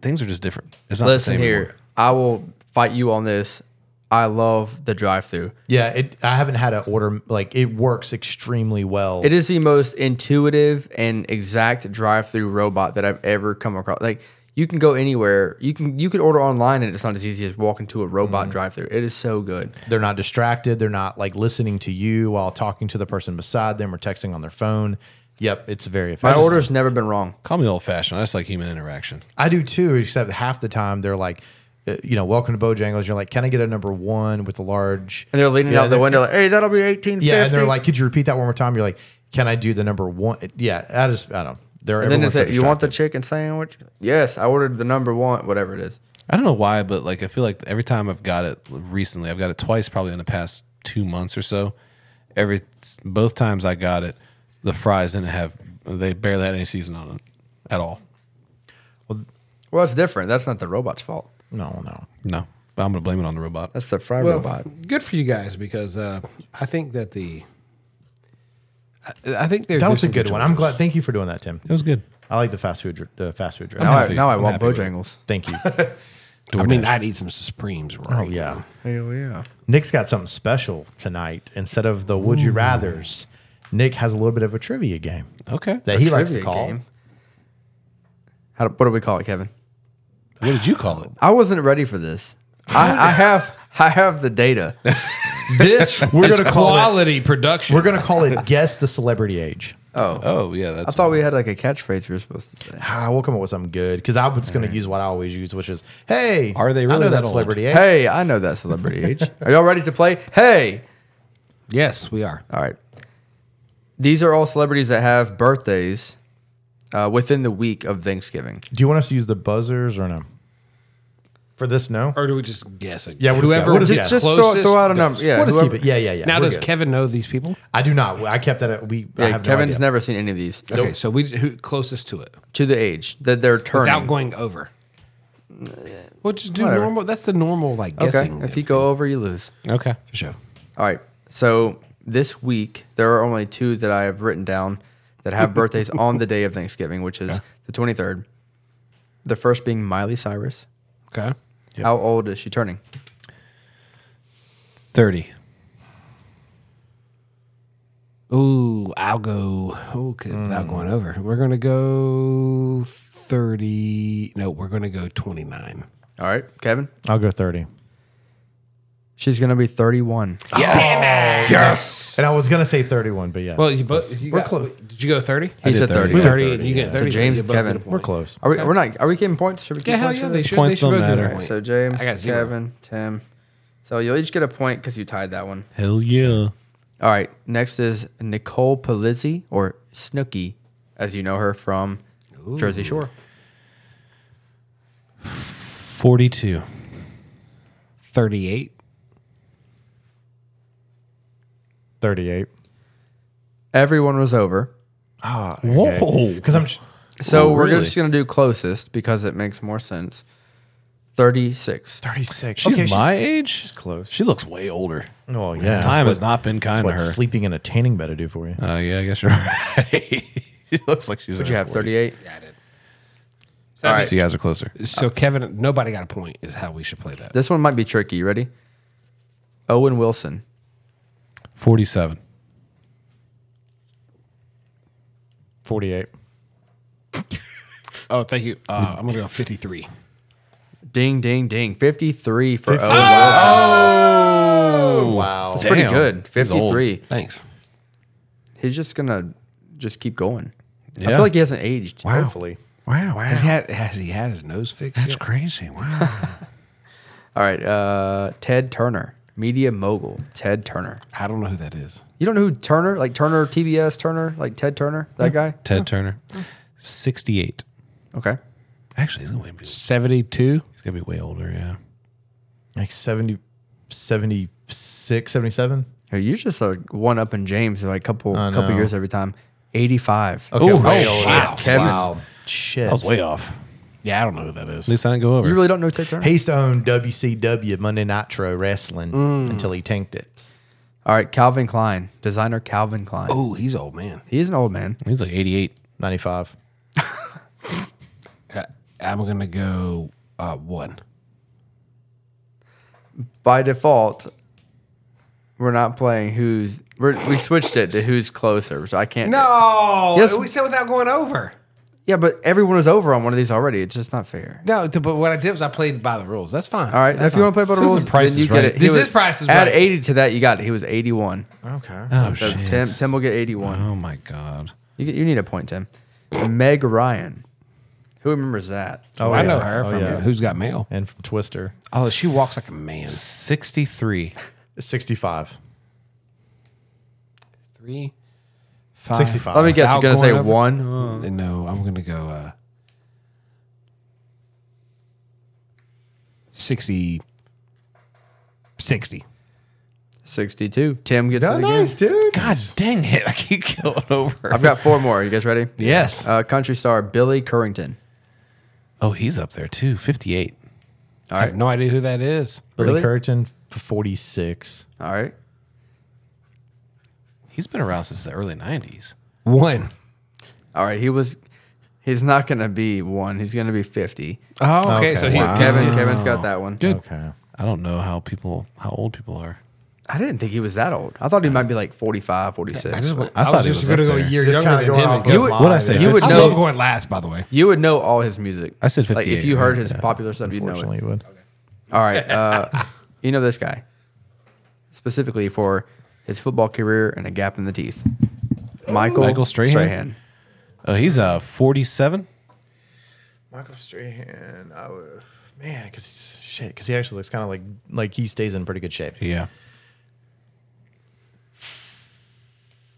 things are just different. It's not the
Listen
same
here,
anymore.
I will fight you on this. I love the drive-through.
Yeah, it. I haven't had an order like it works extremely well.
It is the most intuitive and exact drive-through robot that I've ever come across. Like you can go anywhere. You can you can order online, and it's not as easy as walking to a robot
Mm-hmm.
drive-through. It is so good.
They're not distracted. They're not like listening to you while talking to the person beside them or texting on their phone. Yep, it's very effective.
My order's never been wrong.
Call me old fashioned. I just like human interaction.
I do too, except half the time they're like, uh, you know, welcome to Bojangles. You're like, can I get a number one with a large?
And they're leaning
Yeah,
out the
they're-
window like, hey, that'll be 18
Yeah, and they're like, could you repeat that one more time? You're like, can I do the number one? Yeah, I just, I don't know. They're
and then
everyone's
it's
so
like, you want the
distracted.
chicken sandwich? Yes, I ordered the number one, whatever it is.
I don't know why, but like I feel like every time I've got it recently, I've got it twice probably in the past two months or so. Every both times I got it, the fries didn't have they barely had any season on it at all.
Well, it's different. That's not the robot's fault.
No, no.
No, but I'm gonna blame it on the robot.
That's the fry robot.
good for you guys because uh, I think that the I, I think they're
That was a
doing
good
some
one.
choices.
I'm glad. Thank you for doing that, Tim.
It was good.
I like the fast food, dr- the fast food drink.
Now I,
happy-
now I
I'm
want
happy with it.
Bojangles.
Thank you.
I mean,
DoorDash.
I'd eat some Supremes, right?
Oh yeah.
Hell yeah.
Nick's got something special tonight. Instead of the would you rather's, Nick has a little bit of a trivia game
Okay.
that he likes to
Trivia
call.
game. How do, what do we call it, Kevin?
What did you call it?
I wasn't ready for this. I, I have I have the data.
This
We're
we're
gonna
gonna
call it-
quality production.
We're gonna call it guess the celebrity age.
Oh yeah,
I
that's
thought we had like a catchphrase we were supposed to say.
Ah, we'll come up with something good because I was going to use what I always use, which is, "Hey,
Are
I
they
know
really that
that
old?
celebrity age?
Hey, I know that celebrity age. Are y'all ready to play? Hey.
yes, we are.
All right. These are all celebrities that have birthdays uh, within the week of Thanksgiving.
Do you want us to use the buzzers or no? For this, no.
Or do we just guess it?
Yeah, we'll just
whoever
guess. We'll just
gets
guess.
Just throw,
closest
throw out a
goes.
number. Yeah.
we'll just
whoever-
keep it. Yeah, yeah, yeah.
Now,
We're
does
good.
Kevin know these people?
I do not. I kept that. At, we. I
yeah
have
Kevin's
no idea.
never seen any of these
Okay, so we who closest to it
to the age that they're turning.
without going over. Well, just do
Uh, Whatever.
normal. That's the normal like
okay.
guessing.
If you go over, you lose.
okay.
for sure.
All right. So this week there are only two that I have written down that have birthdays on the day of Thanksgiving, which is the 23rd. The first being Miley Cyrus.
Okay.
How old is she turning?
Thirty.
Ooh, I'll go. Okay, without going
Hmm.
over, we're gonna go thirty. No, we're gonna go twenty-nine.
All right, Kevin.
I'll go thirty.
She's gonna be 31.
And I was going to say thirty-one, but yeah,
Well, you both. You
We're
got-
close.
Did you go thirty?
He
did
said 30.
30. We
Thirty. and You get
So
thirty.
James,
you both get a
Kevin.
point.
we're close.
Are we? We're not. Are we getting points? Should we?
Yeah,
keep
hell
points
yeah,
for
they
this?
should.
Points
they should
don't
both get a
matter.
point.
So James,
I got zero.
Kevin, Tim. So you'll each get a point because you tied that one.
Hell yeah.
All right. Next is Nicole Polizzi or Snooki, as you know her from Jersey Shore.
Forty-two.
Thirty-eight.
Thirty-eight.
Everyone was over.
Whoa.
Because I'm. sh-
So
Oh,
we're
really?
just gonna do closest because it makes more sense. Thirty-six.
36.
She's
Okay,
my age. She's
close.
She looks way older.
Oh yeah.
Time
That's
has not been kind
what,
to
that's
her.
what sleeping in a tanning bed to do for you.
Uh, yeah, I guess you're right. she looks like she's.
Would you have thirty-eight?
Yeah, I did.
All right.
So you guys are closer.
So Kevin, nobody got a point. Is how we should play that.
This one might be tricky. You ready? Owen Wilson.
Forty-seven.
Forty-eight.
Oh, thank you. Uh, I'm gonna go fifty-three.
Ding, ding, ding. Fifty-three for Owen Wilson. Oh, wow. That's pretty
Damn.
good.
He's old.
Fifty-three.
Thanks.
he's just gonna just keep going. I
Yeah.
feel like he hasn't aged.
Hopefully.
Wow.
Has he had, has he had his nose fixed?
That's
yet?
crazy. Wow.
All right, uh, Ted Turner, media mogul. Ted Turner.
I don't know who that is.
You don't know who Turner, like Turner, TBS Turner, like Ted Turner, that guy.
Ted Turner. Sixty-eight.
Okay.
Actually, he's gonna be. He's
Seventy-two.
gonna be way older. Yeah.
Like 70, 76, 77.
Hey, You're just a one up in James like a couple
I
couple
know.
years every time. Eighty five.
Okay, I'm way
shit.
older.
Wow.
Kevin's-
Wow. Shit.
I was way off.
Yeah, I don't know who that
At
is.
least I didn't go over.
You really don't know Ted Turner?
He used to own WCW Monday Nitro Wrestling
Mm.
until he tanked it.
All right, Calvin Klein, designer Calvin Klein.
Oh, he's old man.
He is an old man.
he's like eighty-eight.
95.
I, Uh, I'm gonna go uh, one.
By default, we're not playing who's we're, we switched it to who's closer, so I can't.
No,
Yes.
we said without going over.
Yeah, but everyone was over on one of these already. It's just not fair.
No, th- but what I did was I played by the rules. That's fine.
All right. If you want to play by the
This
rules,
isn't Price
then you
is
get
Right.
it. He
This
was-
is Price is
Add
Right.
80 to that, you got it. He was 81.
Okay.
Oh
So
shit.
Oh.
Tim, Tim will get 81.
Oh my god.
You, you need a point, Tim. Meg Ryan. Who remembers that?
Oh,
I know
yeah.
her
Oh,
from
yeah.
Who's Got Mail.
and from Twister.
Oh, she walks like a man.
63.
65.
Three, five.
65.
Let me guess. You're
Without
gonna say
going over-
one. Uh,
No, I'm going to go uh, 60. 60.
Sixty-two. Tim gets
Oh,
it again.
nice, dude.
God dang it. I keep going over.
I've got four more. You guys ready?
Yes.
Uh, country star Billy Currington.
Oh, he's up there too. 58.
I have no idea who that is.
Billy
Really?
Currington, 46.
All right.
He's been around since the early 90s.
One.
All right. He was. He's not gonna be one. He's gonna be fifty.
Oh, okay.
Okay.
So he,
Wow.
Kevin. Kevin's got that one.
Good.
Okay.
I don't know how people, how old people are.
I didn't think he was that old. I thought he might be like 45, 46.
I, thought
was
he was
just going
up
to go a
there.
year
Just
younger
kinda
than
going
him.
off
and
of
go-
mine.
what'd I say?
Yeah.
You would
I
know.
love going last, by the way.
you would know all his music.
I said
Like if
58,
you heard
right?
his
Yeah.
popular stuff, you'd know
Unfortunately,
it.
you would.
All right. Uh, you know this guy specifically for his football career and a gap in the teeth. Michael,
Michael Strahan? Oh, he's uh, 47.
Michael Strahan, I would, man, because shit, because he actually looks kind of like like he stays in pretty good shape.
Yeah.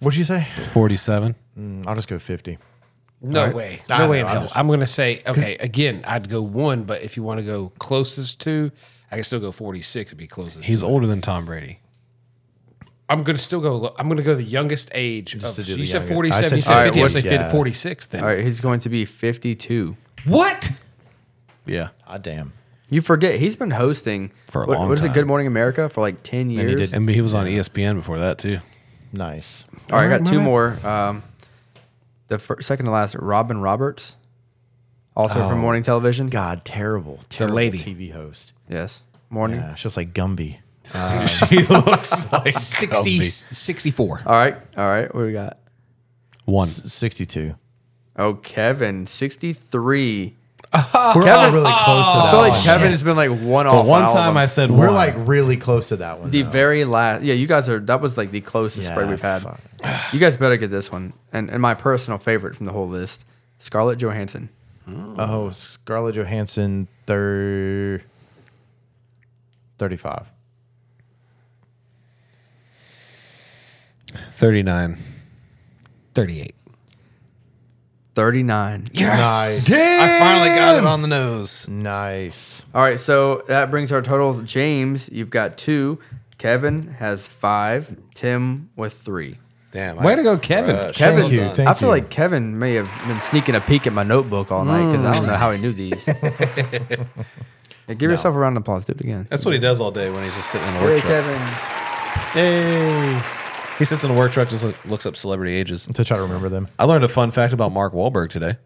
What'd you say?
47.
Mm, I'll just go fifty.
No
Right.
way.
I
No way
know,
in
I'm
hell.
just-
I'm going to say, okay, again, I'd go one, but if you want to go closest to, I can still go 46 would be closest.
He's older than Tom Brady.
I'm going to still go, lo- I'm going to go the youngest age.
Just
Of,
to do
you
the
said
younger.
47,
I
you
said
said 50, I
46,
said
yeah.
46 then.
All right. He's going to be 52.
What?
Yeah.
Ah, damn.
You forget he's been hosting
For a
what-
long
What is it,
time.
Good Morning America, for like 10 years?
he did-
And he was on E ESPN before that too.
Nice.
All right, I got
my
two
bad.
more. Um, the fir- second to last, Robin Roberts, also
Oh,
from morning television.
God, terrible, terrible
lady.
TV host.
Yes, morning.
Yeah, she's like Gumby.
she looks like
60,
Gumby.
64.
All right, all right. What do we got?
One.
Sixty-two.
Oh, Kevin, sixty-three.
We're all really close to that.
I feel like
one.
Kevin's been like one
Oh, But
off.
one time I said
We're
one.
like really close to that one.
the
though.
very last. Yeah, you guys are. That was like the closest spread
Yeah,
we've had.
fuck.
You guys better get this one. And and my personal favorite from the whole list, Scarlett Johansson.
oh, Scarlett Johansson, thir- thirty-five.
39.
38.
Thirty-nine.
Nice.
I finally got it on the nose.
Nice.
All right, so that brings our totals. James, you've got two. Kevin has five. Tim with three.
Damn.
Way to go, Kevin.
Kevin,
Well
thank you.
done.
Thank
I feel
you.
like Kevin may have been sneaking a peek at my notebook all night because I don't
Mm.
know how he knew these. Yeah, give yourself a round of applause. Do it again.
That's what he does all day when he's just sitting in a work
Hey,
truck.
Kevin.
Hey. He sits in a work truck, just look- looks up celebrity ages.
to try to remember them.
I learned a fun fact about Mark Wahlberg today.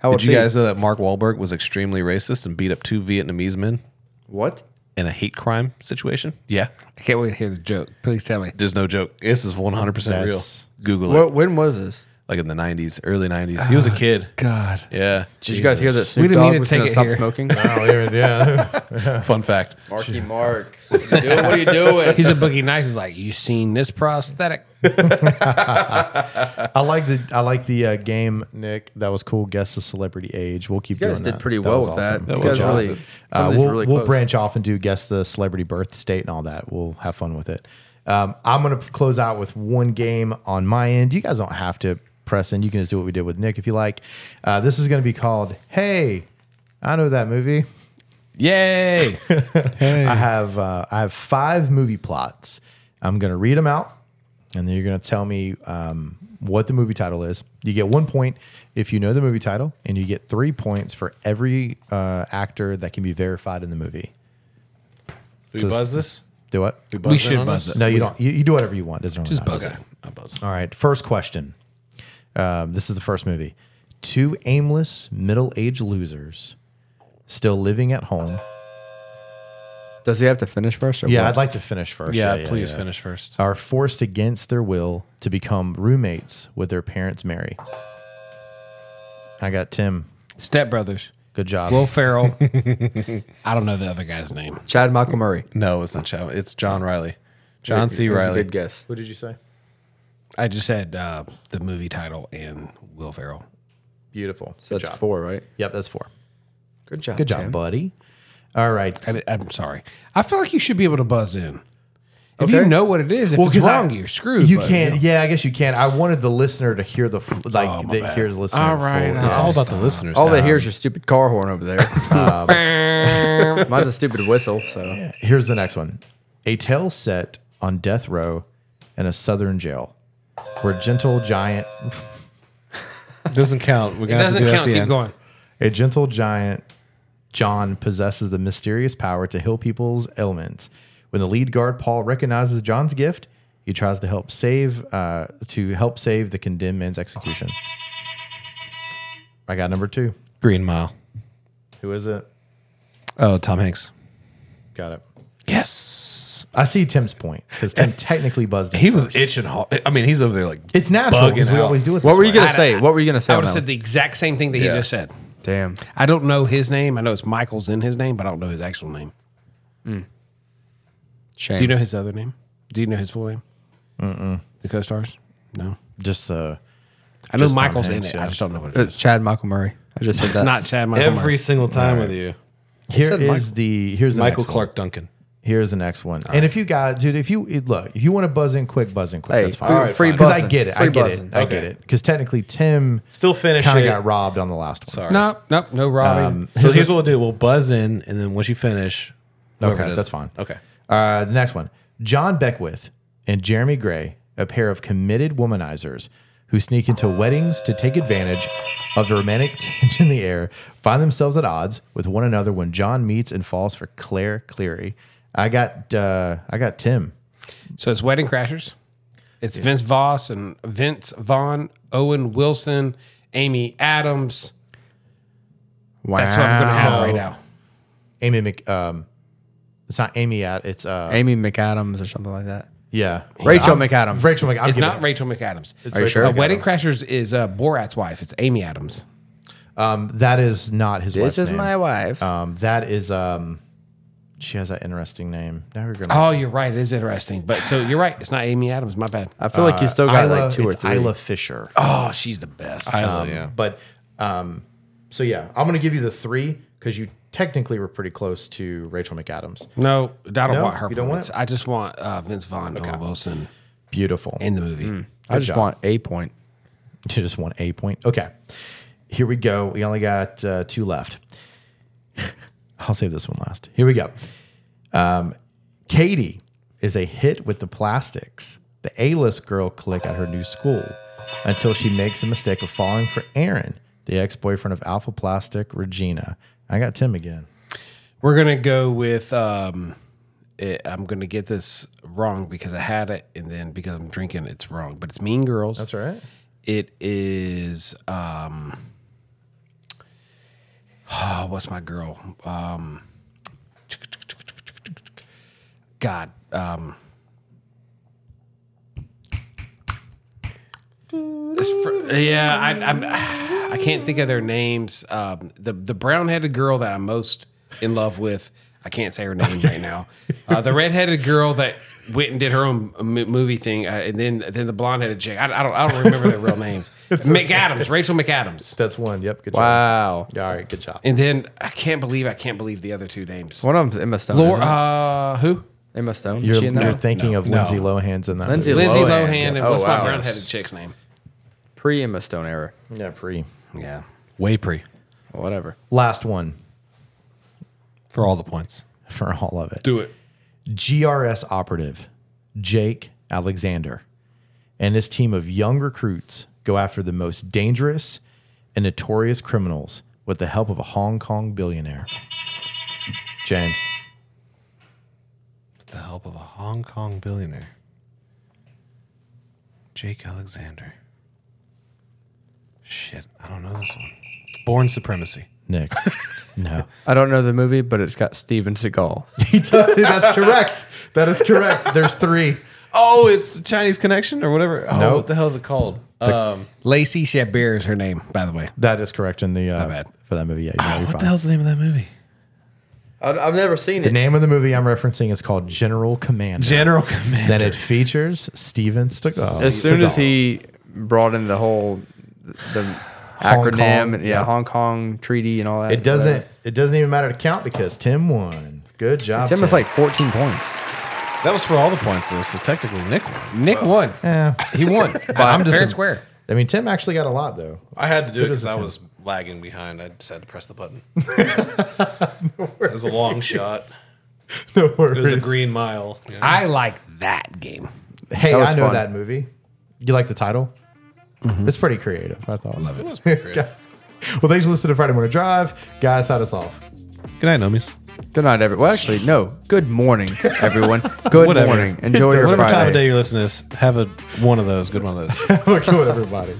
How
Did
old's
you
he?
guys know that Mark Wahlberg was extremely racist and beat up two Vietnamese men
What?
in a hate crime situation? Yeah.
I can't wait to hear the joke. Please tell me.
There's no joke. This is 100% real.
That's-
Google it.
Wh- when was this?
Like in the 90s, early 90s. He was a kid.
God.
Yeah.
Did you guys hear that Snoop
didn't mean
Dogg
to
was going
take
to
it
stop
here.
smoking?
Oh, yeah, yeah.
Fun fact.
Marky Mark, what are you doing? What are you doing?
He's a boogie nice. He's like, you seen this prosthetic?
I like the I like the uh, game, Nick. That was cool. Guess the celebrity age. We'll keep
You guys
doing
did
that.
pretty
That
well
was
with
awesome.
that. You
was
guys really,
awesome.
some
Uh,
of these
we'll,
are really
we'll
close.
branch off and do guess the celebrity birth state and all that. We'll have fun with it. Um, I'm going to close out with one game on my end. You guys don't have to press in. You can just do what we did with Nick if you like. Uh, this is going to be called Hey, I know that movie.
Yay.
I have uh, I have five movie plots. I'm gonna read them out, and then you're gonna tell me um, what the movie title is. You get one point if you know the movie title, and you get three points for every uh, actor that can be verified in the movie.
Do we
Just-
buzz this?
Do what?
Do buzz in
should
on
buzz
this?
it.
No, you don't. You, you do whatever you want. Doesn't really
Just
matter.
buzz it.
I'll buzz.
All right. First question. Um, this is the first movie. Two aimless middle-aged losers still living at home.
Does he have to finish first? Or
Yeah,
what?
I'd like to finish first.
Yeah, please
yeah.
finish first.
are forced against their will to become roommates with their parents marry. I got Tim.
Step Brothers.
Good job.
Will Ferrell. I don't know the other guy's name.
Chad Michael Murray.
No, it's not Chow. It's John Riley. John C.
That was a
Riley.
Good guess.
what did you say?
I just said uh, the movie title and Will Ferrell.
Beautiful.
So
Good
that's
job.
four, right?
Yep, that's four.
Good job.
Good job,
Tim.
buddy. All right.
I, am sorry. I feel like you should be able to buzz in. If you
Okay.
know what it is, if it's
'cause I-
wrong, you're screwed.
You
but-
can't. Yeah. I guess you can. I wanted the listener to hear the f- like
Oh, my
the,
bad.
hear the listener.
All right, uh,
full-
all
It's all about the listeners.
Oh.
All they
now.
hear is your stupid car horn over there. Um, mine's a stupid whistle. So
Here's the next one. A tale set on death row in a southern jail, where gentle giant,
doesn't count. We're
It
gonna have to
doesn't
do it at
count.
the
Keep
end.
going.
a gentle giant, John possesses the mysterious power to heal people's ailments. When the lead guard Paul recognizes John's gift, he tries to help save uh, to help save the condemned man's execution. I got number two.
Green Mile.
Who is it?
Oh, Tom Hanks.
Got it.
Yes.
I see Tim's point because Tim technically buzzed. in
He was
first.
itching. ho- I mean, he's over there like
It's natural
bugging
because we
out.
always do it.
what
this
were you
way.
gonna say? What were you gonna say?
I
on
would have
that
said
one?
the exact same thing that
Yeah.
he just said.
Damn.
I don't know his name. I know it's Michael's in his name, but I don't know his actual name.
Hmm.
Shame.
Do you know his other name? Do you know his full name? The co-stars? No.
Just uh,
I know
Just Tom
Michael's in
Hanks,
it.
yeah.
I just don't know what it
Uh,
is.
Chad Michael Murray. I just said
It's
that.
not Chad Michael.
every
Murray.
single time with you.
here
said
is
Michael.
the here's the
Michael
next one.
Clark Duncan.
Here's the next one. and if you guys, dude, if you it- look, if you want to buzz in quick, buzz in quick.
Hey,
that's
free-
fine.
free
Because I
buzzing.
get it. I
Free
get
buzzing.
it. I get
Okay.
it. Because technically, Tim
Still finish
kind of
it.
got robbed on the last one.
Sorry.
No, no, no, Robbie.
Um,
So here's what we'll do. We'll buzz in, and then once you finish, whoever
Okay,
it is-
that's fine.
Okay.
Uh, the next one: John Beckwith and Jeremy Gray, a pair of committed womanizers who sneak into weddings to take advantage of the romantic tension in the air, find themselves at odds with one another when John meets and falls for Claire Cleary. I got, uh, I got Tim.
So it's Wedding Crashers. It's Vince Voss and Vince Vaughn, Owen Wilson, Amy Adams.
Wow.
That's what I'm going to
Oh.
have right now.
Amy Mc. Um, it's not Amy. Ad- It's uh,
Amy McAdams or something like that.
yeah,
Rachel
I'm-
McAdams.
Rachel McAdams.
It's not Rachel McAdams.
Are you
Rachel
sure?
McAdams. Wedding Crashers is uh, Borat's wife. It's Amy Adams.
Um, that is not his. wife's
This is
name.
my wife.
Um, that is um, she has that interesting name. Now we're gonna.
Oh, you're right. It is interesting. But so you're right. It's not Amy Adams. My bad.
I feel like you still got like two or
Uh, it's
three.
Isla Fisher.
Oh, she's the best.
I
Um, But um, so yeah, I'm gonna give you the three because you technically were pretty close to Rachel McAdams.
no, I don't
No,
want her
you don't want
points.
it?
I just want uh, Vince Vaughn, Owen Wilson
Beautiful.
in the movie.
I just
job.
want a point.
to just one A point. Okay. Here we go. We only got uh, two left. I'll save this one last. Here we go. Um, Katie is a hit with the plastics, the A list girl clique at her new school, until she makes the mistake of falling for Aaron, the ex boyfriend of Alpha Plastic Regina. I got Tim again.
We're gonna go with. Um, it, I'm gonna get this wrong because I had it, and then because I'm drinking, it's wrong. But it's Mean Girls.
That's right.
It is. Um, oh, what's my girl? Um, God. Um, it's fr- yeah, I, I'm. I can't think of their names. Um, the the brown headed girl that I'm most in love with. I can't say her name right now. Uh, the redheaded girl that went and did her own m- movie thing, uh, and then then the blonde headed chick. I, I don't I don't remember their real names. McAdams, Rachel McAdams,
That's one. Yep. Good
Wow.
job. All right. Good job.
and then I can't believe I can't believe the other two names.
One of them's Emma Stone.
Laura,
isn't it?
uh, who?
Emma Stone.
You're,
She in that
you're
one?
thinking of Lindsay Lohan's in that.
Lindsay
movie.
Lohan.
Lindsay
Lohan,
Lohan,
yeah.
and
Oh,
what's
wow.
my brown headed chick's name?
pre Emma Stone era.
Yeah, pre.
Yeah.
Way pre
Whatever.
Last one
for all the points.
for all of it.
Do it.
GRS operative Jake Alexander and his team of young recruits go after the most dangerous and notorious criminals with the help of a Hong Kong billionaire. James,
With the help of a Hong Kong billionaire, Jake Alexander. Shit, I don't know this one. Born Supremacy.
Nick. No.
I don't know the movie, but it's got Steven Seagal.
he does it. That's correct. That is correct. There's three.
Oh, it's Chinese Connection or whatever. Oh,
Nope.
what the hell is it called? um,
Lacey Chabert is her name, by the way.
That is correct in the uh,
bad.
for that movie. Yeah, you know, you're
what
fine.
the hell's the name of that movie?
I- I've never seen
The name of the movie I'm referencing is called General Command.
General Command.
then it features Steven Seagal.
As soon as he brought in the whole the
Hong
acronym
Kong,
and yeah, Hong Kong treaty and all that.
It doesn't. It doesn't even matter to count because Tim won. Good job,
Tim is like 14 points.
That was for all the points though, so technically Nick won.
Nick won.
Eh,
He won.
I'm just
fair
a-
and square.
I mean, Tim actually got a lot though.
I had to do it
Good as
because
a
I
ten.
was lagging behind. I just had to press the button. it was a long shot.
No worries.
It was a green mile. you know?
I like that game.
Hey,
That was
I know
fun. Mm-hmm.
that movie. You like the title? It's pretty creative. I thought. Love
it was pretty creative.
well, thanks for listening to Friday Morning Drive, guys. Had us off.
Good night, Nomies.
Good night, everyone. Well, actually, no. Good morning, everyone. Good
Whatever.
morning. Enjoy your
Whatever
Friday.
time of day you're listening to this, have a one of those, good one of those.
Look good, everybody.